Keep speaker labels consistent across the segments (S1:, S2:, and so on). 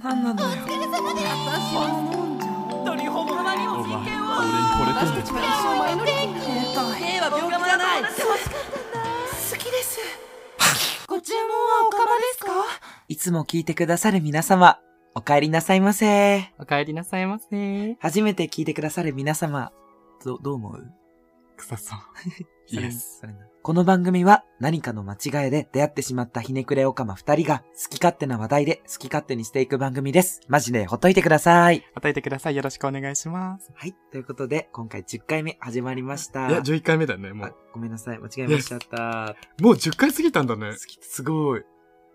S1: 何なのよ
S2: お疲れ様です私は飲んじゃおう
S3: 本当にほぼ
S2: にも
S4: お前
S2: 人権を
S4: 俺に惚れてん
S2: 私たちは一生前乗り切る
S1: 平和病気じゃない好きですご注文はおかまですか
S5: いつも聞いてくださる皆様、お帰りなさいませ。
S3: お帰りなさいませ
S5: 初めて聞いてくださる皆様、ど、どう思う
S4: 臭 そう。
S5: そ
S4: イ
S5: れ
S4: エス。
S5: それなこの番組は何かの間違いで出会ってしまったひねくれオカマ二人が好き勝手な話題で好き勝手にしていく番組です。マジでほっといてください。
S4: 与えてください。よろしくお願いします。
S5: はい。ということで、今回10回目始まりました。
S4: いや、11回目だね、も
S5: あ
S4: う。
S5: ごめんなさい。間違えましちゃった。
S4: もう10回過ぎたんだね
S5: 好。き、すごい。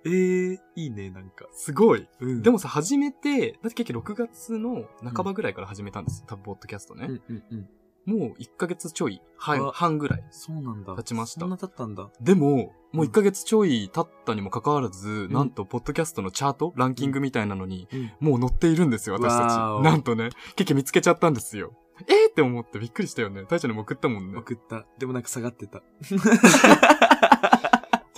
S5: えー、いいね、なんか。
S4: すごい。
S5: うん。
S4: でもさ、始めて、だって結局6月の半ばぐらいから始めたんです。多分、ポッドキャスト
S5: う
S4: ね。
S5: んうんうん。
S4: もう1ヶ月ちょい、半
S5: あ
S4: 半ぐらい。
S5: そうなんだ。
S4: 経ちました
S5: そんな経ったんだ。
S4: でも、もう
S5: うん
S4: 1ヶ月ちょい経ったにもかかわらず、
S5: ん
S4: なんと、ポッドキャストのチャートランキングみたいなのに、
S5: うん
S4: もう載っているんですよ、私た
S5: わーお
S4: ち。なんとね、結局見つけちゃったんですよ。えーって思ってびっくりしたよね。大ちゃんにも送ったもんね。
S5: 送った。でもなんか下がってた。
S4: じ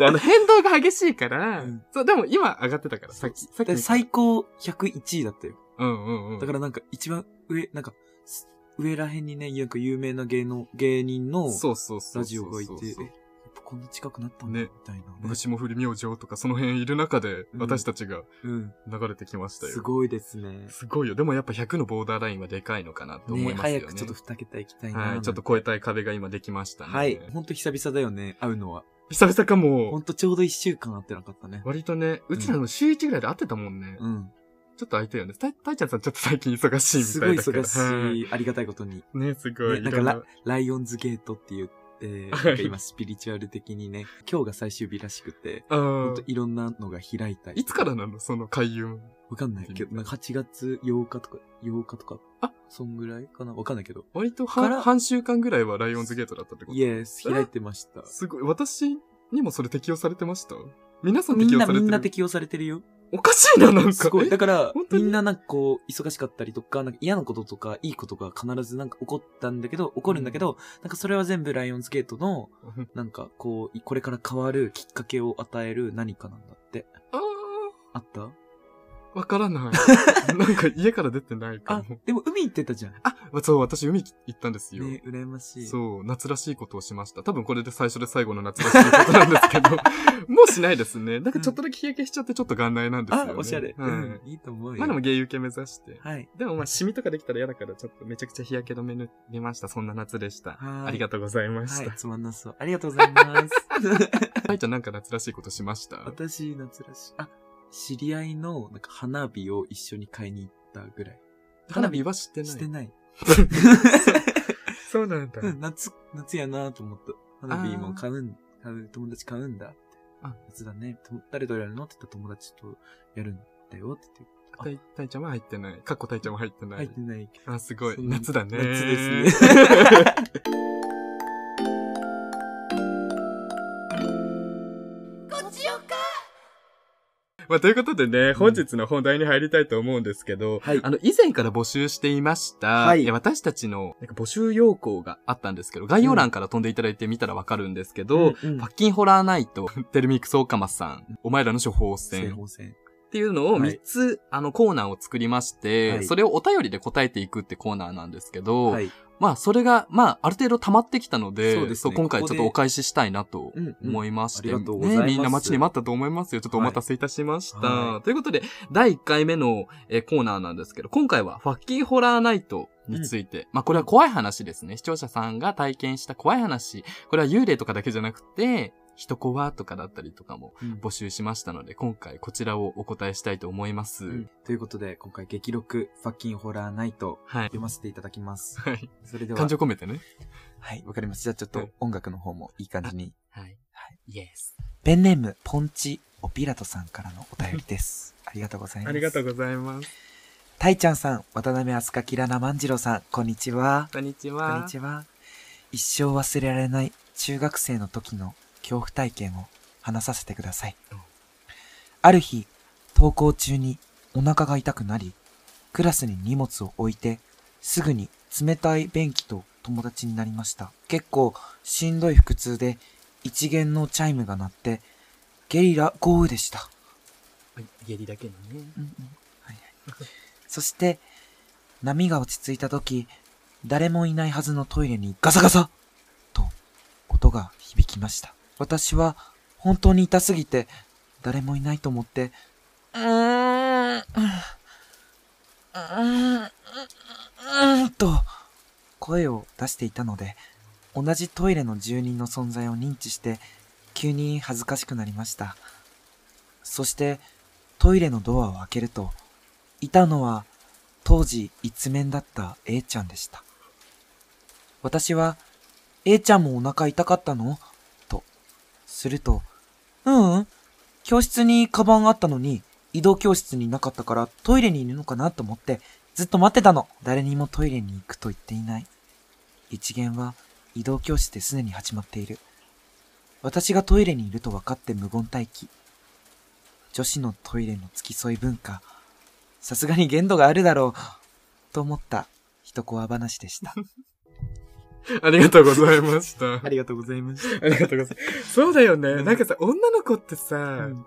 S4: ゃあ、あの、変動が激しいから、
S5: うん
S4: そう、でも今上がってたから、さっき、さっき
S5: で
S4: 見た。
S5: 最高101位だったよ。
S4: うんうんうん。
S5: だからなんか一番上、なんか、す上らへんにね、なんか有名な芸能、芸人の
S4: そうそうそうそ
S5: ラ
S4: う。
S5: ジオがいて、
S4: そう
S5: え、
S4: そう
S5: やっぱこんな近くなったんだ、
S4: ね
S5: みたいな、ね。
S4: 昔も振り明星とかその辺いる中で、
S5: うん
S4: 私たちが
S5: うん。
S4: 流れてきましたよ。
S5: すごいですね。
S4: すごいよ。でもやっぱ100のボーダーラインはでかいのかなと思
S5: ね
S4: います
S5: 早
S4: よね。
S5: くちょっと二桁いきたいな。
S4: はい、ちょっと超えたい壁が今できましたね。
S5: はい。ほんと久々だよね、会うのは。
S4: 久々か
S5: ほ
S4: も
S5: ん、とちょうど一週間会ってなかったね。
S4: 割とね、うちらの週1ぐらいで会ってたもんね。
S5: うん。
S4: ちょっと空いたよね。たたいちゃんさんちょっと最近忙しいみ
S5: す
S4: た
S5: ご
S4: い
S5: い
S4: だから。
S5: 忙しい。ありがたいことに。
S4: い。ね、すごい。
S5: ね、なんか
S4: いろん
S5: ラライオンズゲートっていう、えー、なんか今スピリチュアル的にね、今日が最終日らしくて、
S4: あ
S5: ほん
S4: ー
S5: といろんなのが開いたり。
S4: いつからなのその開運。
S5: わかんないけど、なんか8月8日とか、8日とか、
S4: あ
S5: そんぐらいかなわかんないけど。
S4: 割と
S5: か
S4: 半
S5: ら
S4: 半週間ぐらいはライオンズゲートだったってこと
S5: イエス、開いてました。
S4: すごい。私にもそれ適用されてました皆さん
S5: み
S4: 適
S5: ん
S4: 用
S5: な、
S4: されてる
S5: みんな適用されてるよ。
S4: おかしいな、なんか。
S5: すごい。だから
S4: 本、当
S5: み
S4: に
S5: んななんかこう、忙しかったりとか、なんか嫌なこととか、いいことが必ずなんか起こったんだけど、起こるんだけど、なんかそれは全部ライオンズゲートの、
S4: うん
S5: なんかこう、これから変わるきっかけを与える何かなんだって。
S4: あ
S5: あった
S4: ー、わか らない。なんか家から出てないか
S5: あ
S4: も。、
S5: でも海行ってたじゃん。
S4: あ、そう、私海行ったんですよ。
S5: ね羨ましい。
S4: そう、夏らしいことをしました。多分これで最初で最後の夏らしいことなんです けど、もうしないですね。なんかちょっとだけ日焼けしちゃってちょっと元来なんですよ、
S5: あ
S4: ね。、
S5: おしゃれ。
S4: はい。
S5: うん、いいと思うよ。
S4: まあでも芸受け目指して。
S5: はい。
S4: でもまあシミとかできたら嫌だからちょっとめちゃくちゃ日焼け止め塗りました。そんな夏でした。
S5: はい
S4: ありがとうございまし
S5: は
S4: た。
S5: い、つまんなそう。ありがとうございます。
S4: はい、ちゃんなんか夏らしいことしました
S5: 私、夏らしい。あ、知り合いの、なんか花火を一緒に買いに行ったぐらい。
S4: 花火は知ってない。
S5: してない。
S4: そうなんだ。
S5: うん、 夏、夏やなと思った。花火も買うん、買う、友達買うんだって。
S4: あ、
S5: 夏だね。と誰とやるのって言ったら友達とやるんだよって言って。
S4: たい、たいちゃんは入ってない。かっこたいちゃんも入ってない。
S5: 入ってない。
S4: あ、すごい。
S5: そんな
S4: 夏だね。
S5: 夏ですね。
S2: こっちよか
S4: まあ、ということでね、本日の本題に入りたいと思うんですけど、
S5: はい
S4: あの、以前から募集していました、
S5: はい
S4: え私たちのなんか募集要項があったんですけど、概要欄から飛んでいただいてみたらわかるんですけ
S5: う
S4: ど、
S5: んうん
S4: パッキンホラーナイト、テルミックスオカマさん、お前らの処方
S5: 正
S4: 箋
S5: 方線。
S4: っていうのを
S5: はい
S4: 3つ、あのコーナーを作りまして、
S5: はい
S4: それをお便りで答えていくってコーナーなんですけど、
S5: はい。
S4: まあそれが、まあある程度溜まってきたので、
S5: そうですね
S4: 今回ちょっ
S5: こことで
S4: お返ししたいなと
S5: うんうん
S4: 思いまして、
S5: ありがとうございます
S4: ねみんな待ちに待ったと思いますよ。ちょっとお待たせいたしました。
S5: はいは
S4: ということで、第1回目の、えーコーナーなんですけど、今回はファッキーホラーナイトについて、まあこれは怖い話ですね。視聴者さんが体験した怖い話。これは幽霊とかだけじゃなくて、人コワとかだったりとかも
S5: うん
S4: 募集しましたので、今回こちらをお答えしたいと思います。
S5: うんということで、今回激録、ファッキンホラーナイト、
S4: はい。
S5: 読ませていただきます。
S4: はい。
S5: それでは。
S4: 感情込めてね。
S5: はい、わかりました。じゃあちょっ
S4: うん
S5: と音楽の方もいい感じに。
S4: はい。はい。イエス。
S5: ペンネーム、ポンチ、オピラトさんからのお便りです。ありがとうございます。
S4: ありがとう
S5: う。
S4: ございます。
S5: たいちゃんさん、渡辺飛鳥キラナ万次郎さん、こんにちは。
S4: こんにちは。
S5: こんにちは。一生忘れられない中学生の時の恐怖体験を話させてください
S4: うん。
S5: ある日、登校中にお腹が痛くなり、クラスに荷物を置いて、すぐに冷たい便器と友達になりました。結構しんどい腹痛で、一元のチャイムが鳴って、ゲリラ豪雨でした。
S4: ゲリだけにね。
S5: うんうんはいはいそして、波が落ち着いた時、誰もいないはずのトイレにガサガサと、音が響きました。私は、本当に痛すぎて、誰もいないと思って、うーん、うーん、うーん、と、声を出していたので、同じトイレの住人の存在を認知して、急に恥ずかしくなりました。そして、トイレのドアを開けると、いたのは、当時一面だった A ちゃんでした。私は、A ちゃんもお腹痛かったのと。すると、ううん。教室にカバンあったのに、移動教室になかったからトイレにいるのかなと思って、ずっと待ってたの。誰にもトイレに行くと言っていない。一元は移動教室ですでに始まっている。私がトイレにいると分かって無言待機。女子のトイレの付き添い文化。さすがに限度があるだろう。と思った一コア話でした。
S4: ありがとうございました。
S5: りがとうございまし
S4: ありがとうございます。そうだよね。
S5: うん
S4: なんかさ、女の子ってさ、
S5: うん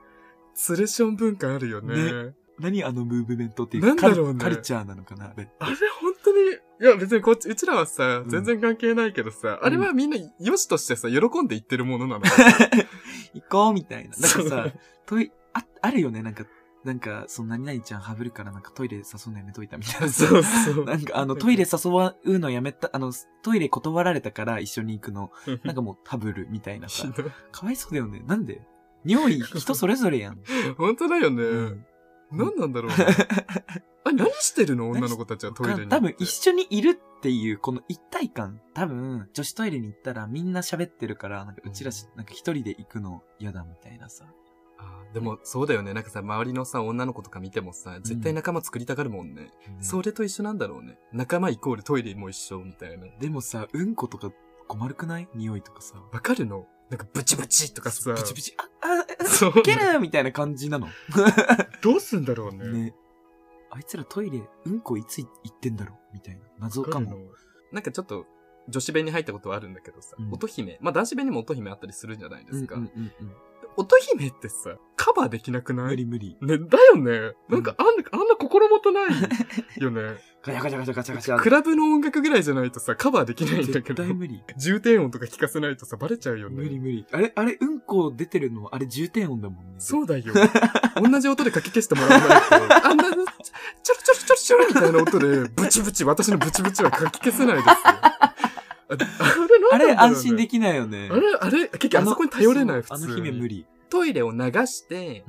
S4: ツレション文化あるよね。
S5: ね何あのムーブメントって
S4: いうかなんだろう
S5: カル
S4: ねカルカルチ
S5: チャーなのかなあれ。
S4: あれ本当に、いや別にこっち、うちらはさ、
S5: うん
S4: 全然関係ないけどさ、あれはみんな良しとしてさ、喜んで言ってるものなの。
S5: 行こうみたいな。なん
S4: そ
S5: か
S4: う
S5: さ、トイレ、あ、あるよねなんか、なんか、その何々ちゃんハブるからなんかトイレ誘うのやめといたみたいなさ。
S4: そうそう
S5: なんかあのトイレ誘うのやめた、あのトイレ断られたから一緒に行くの。なんかもうハブるみたいなさ
S4: ひ。どい
S5: かわいそうだよね。なんで尿意人それぞれやん。
S4: 本当だよ ね。
S5: うん
S4: 何なんだろうね。あ、何してるの女の子たちはトイレに行って。
S5: 多分一緒にいるっていう、この一体感。多分、女子トイレに行ったらみんな喋ってるから、なんかうちらし、なんか一人で行くの嫌だみたいなさ。
S4: あでも、そうだよね。なんかさ、周りのさ、女の子とか見てもさ、絶対仲間作りたがるもんね。それと一緒なんだろうね。仲間イコールトイレも一緒みたいな。
S5: でもさ、うんことか困るくない匂いとかさ。
S4: わかるのなんかブチブチとかさ。
S5: ブチブチ、あ、 あ、
S4: そう
S5: いけるみたいな感じなの。
S4: どうすんだろうね。
S5: ね。あいつらトイレ、うんこいつ行ってんだろみたいな。謎
S4: わ
S5: か
S4: かる
S5: も。
S4: の。なんかちょっと、女子弁に入ったことはあるんだけどさ、
S5: うん
S4: 乙姫。まあ男子弁にも乙姫あったりするじゃないで
S5: うんう
S4: す
S5: ん
S4: か。
S5: うん
S4: 乙姫ってさ、カバーできなく
S5: うん。
S4: な
S5: 無
S4: い
S5: 理無理。
S4: ね、だよね。なんかあんな、あんな心もとない よね。
S5: ガチャガチャガチャガチャガチャ。
S4: クラブの音楽ぐらいじゃないとさ、カバーできないんだけ
S5: 絶
S4: ど
S5: 対。無理。
S4: 重低音とか聞かせないとさ、バレちゃうよね。
S5: 無理無理。あれ、あれ、うんこ出てるの、あれ重点音だもんね。
S4: そうだよ。同じ音でかき消してもらわないと。あんな、ちょろちょろちょろちょろみたいな音で、ブチブチ、私のブチブチはかき消せないですよ。ああ
S5: あ
S4: れ
S5: れ
S4: なんだろうね
S5: 安心できないよね。
S4: あれ、あれ、結局あそこに頼れない、普通
S5: あ
S4: に。
S5: の姫無理。
S4: トイレを流して、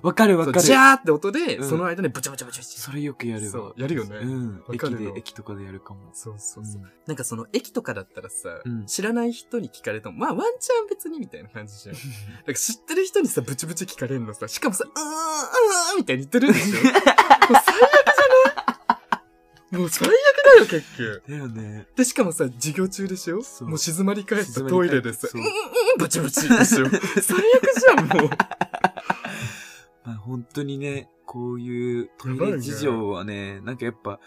S5: わかるわ
S4: そう
S5: かる
S4: ジ。ャーって音で、
S5: うん
S4: その間にブチブチブチブチ。
S5: それよくやる
S4: そう
S5: わ。
S4: やるよね
S5: うん。
S4: わか
S5: 駅
S4: る
S5: で
S4: の、
S5: 駅とかでやるかも。
S4: そうそううそう。
S5: ん
S4: なんかその駅とかだったらさ、
S5: うん
S4: 知らない人に聞かれても、まあワンチャン別にみたいな感 じじゃん。なんか知ってる人にさ、ブチブチ聞かれるのさ、しかもさ、うーん、うーんみたいに言ってるんで しょもう最悪じゃないもう最悪だよ、結局。
S5: だよね。
S4: で、しかもさ、授業中でしょ
S5: そう
S4: もう静まり返った
S5: 静まり
S4: ト
S5: 返
S4: イ
S5: った
S4: レでさ、う
S5: そ
S4: ん
S5: う
S4: うんうん、ブチブチで しょ最悪じゃん、もう。
S5: まあ本当にね、こういうトイレ事情はね、なんかやっぱ、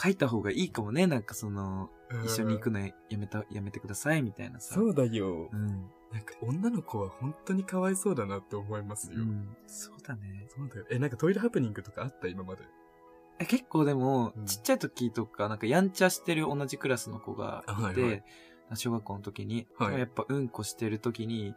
S5: 書いた方がいいかもね。なんかその、一緒に行くのやめた、やめてくださいみたいなさ。
S4: そうだよ
S5: う。ん。
S4: なんか女の子は本当にかわいそうだなって思います
S5: う
S4: よ。
S5: ん。そうだね。
S4: そうだよ。え、なんかトイレハプニングとかあった今まで。
S5: え結構でも
S4: うん、
S5: ちっちゃい時とか、なんかやんちゃしてる同じクラスの子がいて、
S4: はいはい
S5: 小学校の時に、
S4: はい
S5: でもやっぱうんこしてる時に、え、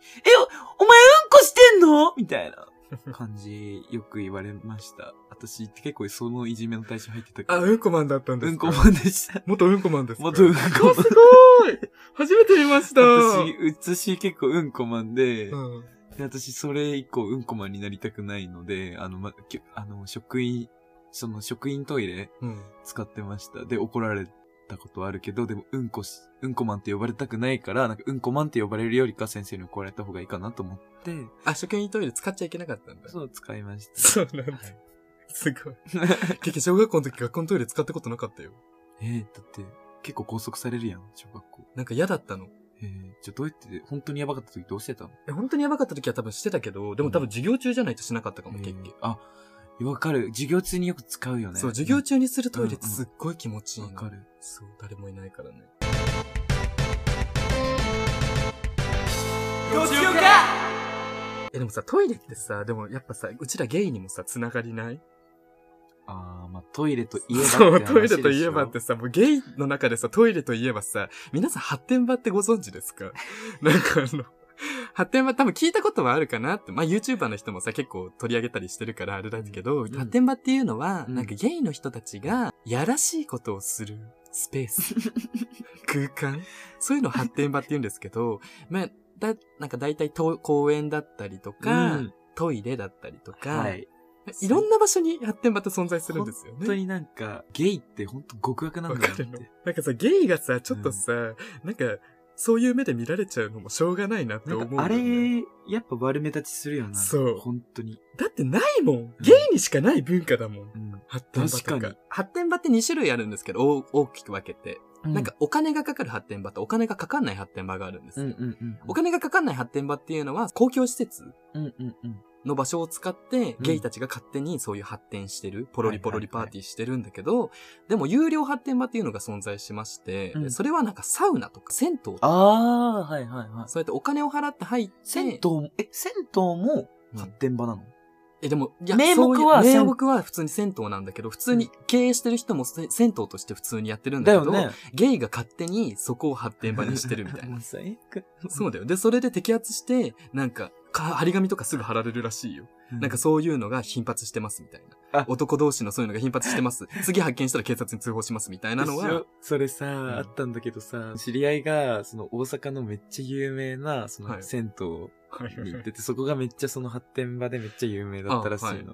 S5: おお前うんこしてんのみたいな感じ、よく言われました。私って結構そのいじめの対象入ってたか
S4: あ、
S5: ら。
S4: うんこマンだったんで
S5: う
S4: す
S5: ん
S4: か
S5: こマンでした。
S4: 元うんこマンですか
S5: 元うんこマン
S4: あすごい初めて見ました
S5: 私、うつし結構うんこマンで、
S4: うん
S5: で私それ以降うんこマンになりたくないので、あの、ま、きゅあの、職員、その職員トイレ、
S4: うん。
S5: 使ってました。で、怒られたことはあるけど、でも、うんこし、うんこマンって呼ばれたくないから、なんか、うんこマンって呼ばれるよりか先生に怒られた方がいいかなと思って、
S4: あ、初見トイレ使っちゃいけなかったんだ。
S5: そう使いま した。
S4: そうなんだ。すごい。結局小学校の時学校のトイレ使ったことなかったよ。
S5: えー、だって、結構拘束されるやん、小学校。
S4: なんか嫌だったの。
S5: えー、じゃあどうやって、本当にやばかった時どうしてたの
S4: え、本当にやばかった時は多分してたけど、でも多分授業中じゃないとしなかったかも、
S5: え
S4: 結
S5: ー
S4: 局。
S5: あ、わかる。授業中によく使うよね。
S4: そう、授業
S5: 中
S4: 中にするトイレってすっごい気持ちいい
S5: わ
S4: の。
S5: かる。
S4: そう、誰もいないからね。
S1: ごちそうか
S4: え、でもさ、トイレってさ、でもやっぱさ、うちらゲイにもさ、繋がりない
S5: あー、まあ、トイレといえばって
S4: そう、
S5: 話
S4: トイレといえばっ
S5: で
S4: て
S5: し
S4: さ、もうゲイの中でさ、トイレといえばさ、皆さん発展場ってご存知です かなんかあの、発展場多分聞いたことはあるかなって、まあ YouTuber の人もさ、結構取り上げたりしてるからあれだけど、
S5: ん
S4: 発展場っていうのは、
S5: うん
S4: なんかゲイの人たちが、やらしいことをするスペ ース、空間、そういうのを発展場って言うんですけど、まあ、だ、なんか大体と公園だったりと
S5: ょ
S4: か、
S5: うん
S4: トイレだったりとか、
S5: はい。
S4: いろんな場所に発展場って存在するんですよね。
S5: 本当になんか、ゲイって本当極悪なん
S4: わ
S5: だ
S4: か
S5: よって
S4: る。の。なんかさ、ゲイがさ、ちょっとさ、なんか、そういう目で見られちゃうのもしょうがないなって
S5: な
S4: 思
S5: ん
S4: う、
S5: か、あれ、やっぱ悪目立ちするよな。
S4: そう
S5: 本当に。
S4: だってないもん。ゲイにしかない文化だもん。
S5: うん。
S4: 発展場
S5: 確
S4: と
S5: か
S4: か
S5: に。
S4: 発展場って2種類あるんですけど、大大きく分けて。なんか、お金がかかる発展場とお金がかかんない発展場があるんです
S5: う
S4: よ。
S5: ん、うんうん
S4: お金がかかんない発展場っていうのは、公共施設
S5: うん。うんうんうん。
S4: の場所を使って、ゲイたちが勝手にそういう発展してる、ポロリポロリパーティーしてるんだけど、でも有料発展場っていうのが存在しまして、
S5: うん
S4: それはなんかサウナとか銭湯とか
S5: ああ、はいはいはい。
S4: そうやってお金を払って入って。
S5: 銭湯も、え、銭湯も発展場なの、
S4: え、でも、いや
S5: 名目は
S4: そういう
S5: 銭
S4: 名目は普通に銭湯なんだけど、普通に経営してる人もせ銭湯として普通にやってるんだ
S5: だ
S4: け
S5: よ
S4: ど、
S5: ね。
S4: ゲイが勝手にそこを発展場にしてるみたいな。
S5: もう最悪。
S4: そうだよ。で、それで摘発して、なんか、か張り紙とかすぐ貼られるらしいよ。なんかそういうのが頻発してますみたいな
S5: あ。
S4: 男同士のそういうのが頻発し てます。次発見したら警察に通報しますみたいなの
S5: 一
S4: は
S5: 緒。それさ、あったんだけどさ、知り合いが、その大阪のめっちゃ有名な、そ
S4: は
S5: の
S4: い
S5: 銭湯に行ってて、そこがめっちゃその発展場でめっちゃ有名だったらしいの。
S4: あはい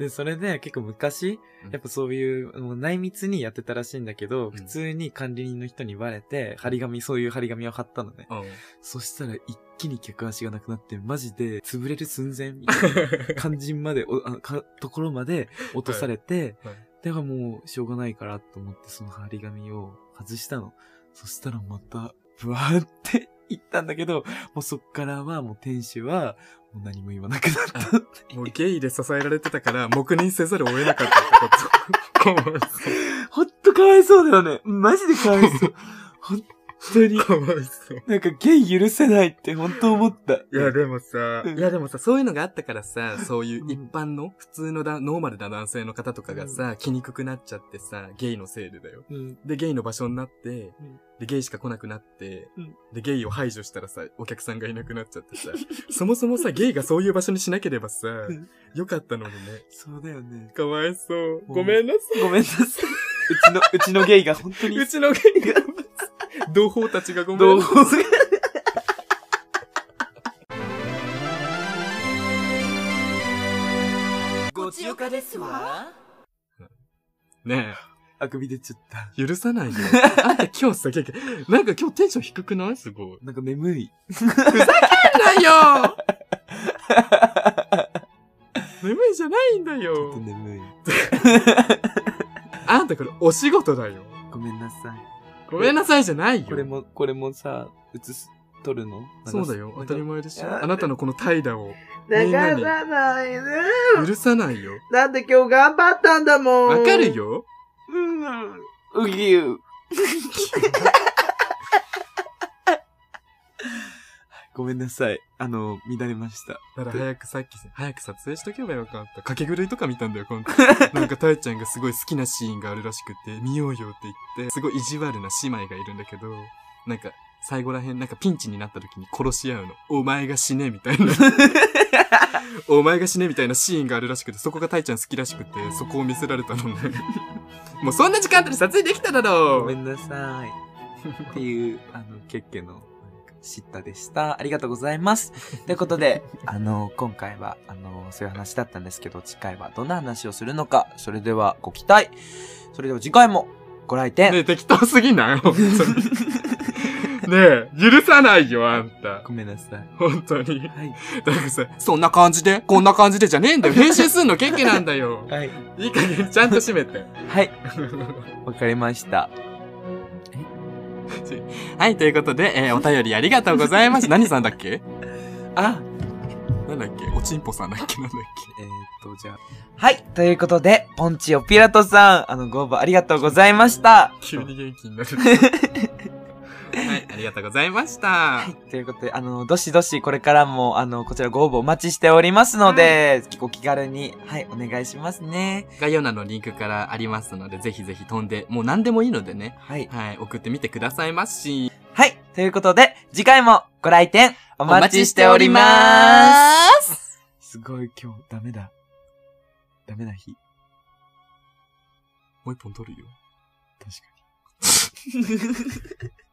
S5: で、それで結構昔
S4: うん、
S5: やっぱそういう、もう内密にやってたらしいんだけど、
S4: ん
S5: 普通に管理人の人にバレて、張り紙、そういう張り紙を貼ったのね。
S4: うん
S5: そしたら一気に客足がなくなって、マジで潰れる寸前みたいな。 肝心まで、おあかところまで落とされて、
S4: はいはい
S5: ではもうしょうがないからと思ってその張り紙を外したの。そしたらまた、ブワーって行ったんだけど、もうそっからはもう店主は、もう何も言わなくなった。
S4: もうゲイで支えられてたから、黙認せざるを得なかったってこと。
S5: ほんとかわいそうだよね。マジでかわい そう。ほんとに。
S4: かわいそう。
S5: なんかゲイ許せないってほんと思った。
S4: いや、でもさ、
S5: うん
S4: いや、でもさ、そういうのがあったからさ、そういう
S5: うん
S4: 一般の、普通のだ、ノーマルな男性の方とかがさ、着にくくなっちゃってさ、ゲイのせいでだよ。
S5: うん。
S4: で、ゲイの場所になって、
S5: ん
S4: で、ゲイしか来なくなって、
S5: うん
S4: で、ゲイを排除したらさ、お客さんがいなくなっちゃってさ、 そもそもさ、ゲイがそういう場所にしなければさ
S5: うん、
S4: よかったのにね。
S5: そうだよね。
S4: かわいそう。ごめんなさ
S5: ごめんなさい。うちの、うちのゲイが本当
S4: い。
S5: に
S4: うちのゲイが、同胞たちがごめん
S5: 同
S4: なさ
S5: 胞
S4: い。
S5: が
S1: ごちよかですわ
S4: ねえ。
S5: あくび出ちゃった。
S4: 許さないよ。あんた今日さ、結構なんか今日テンション低くないすごい。
S5: なんか眠い。
S4: ないよ 眠いじゃないんだ
S5: ちょっと
S4: よ。
S5: 眠い。
S4: あんたこれお仕事だよ。
S5: ごめんなさい。
S4: ごめんなさいじゃないよ。
S5: これも、これもさ、映す、撮るの
S4: そうだよ。当たり
S5: 前。
S4: 前でし
S5: い
S4: ょ。
S5: や
S4: あなたのこの怠惰を
S2: 流
S4: みんなに
S2: さないね。
S4: 許さないよ。
S2: だって今日頑張ったんだもん。
S4: わかる。よ。
S2: うん。
S5: うぎゅう。ごめんなさい。あの、乱れました。
S4: だから早くさっき、早く撮影しとけばよかった。掛け狂いとか見たんだよ、今回。なんか、たえちゃんがすごい好きなシーンがあるらしくて、見ようよって言って、すごい意地悪な姉妹がいるんだけど、なんか、最後らへん、なんかピンチになった時に殺し合うの。お前が死ね、みた いな。お前が死ね、みたいなシーンがあるらしくて、そこがたえちゃん好きらしくて、そこを見せられたの ね。もうそんな時間あったら撮影できただろ
S5: ごめんなさい。っていう、あの、ケッケの、知ったでした。ありがとうござい ます。ということで、あの、今回は、あの、そういう話だったんですけど、次回はどんな話をするのか、それではご期待。それでは次回もご来店。
S4: ねえ、適当すぎない本当に。 ねえ、許さないよ、あんた。
S5: ごめんなさい。
S4: 本当に。
S5: はい。
S4: なんかさ、そんな感じでこんな感じでじゃねえんだよ。編集すんのケッケなんだよ。
S5: はい。
S4: いい加減ちゃんと締めて。
S5: はい。わかりました。
S4: はい、ということで、えーお便りありがとうございます。何さんだっけ
S5: あ、
S4: なんだっけおちんぽさんだっけなんだっ
S5: えー、っと、じゃあ。はい。ということで、ポンチオ ピラトさん、あの、ご応募ありがとうございました。
S4: け急に元気になる。はい、ありがとうございました。
S5: はい。ということで、あの、どしどしこれからも、あの、こちらご応募お待ちしておりますので、結構気軽に、はい、お願いしますね。
S4: 概要欄のリンクからありますので、ぜひぜひ飛んで、もう何でもいいのでね、
S5: はい。
S4: はい、送ってみてくださいますし、
S5: はい。ということで、次回もご来店お待ちしておりま
S1: あーす
S5: す。すごい、今日、ダメだ。ダメな日。
S4: もう一本取るよ。
S5: 確かに。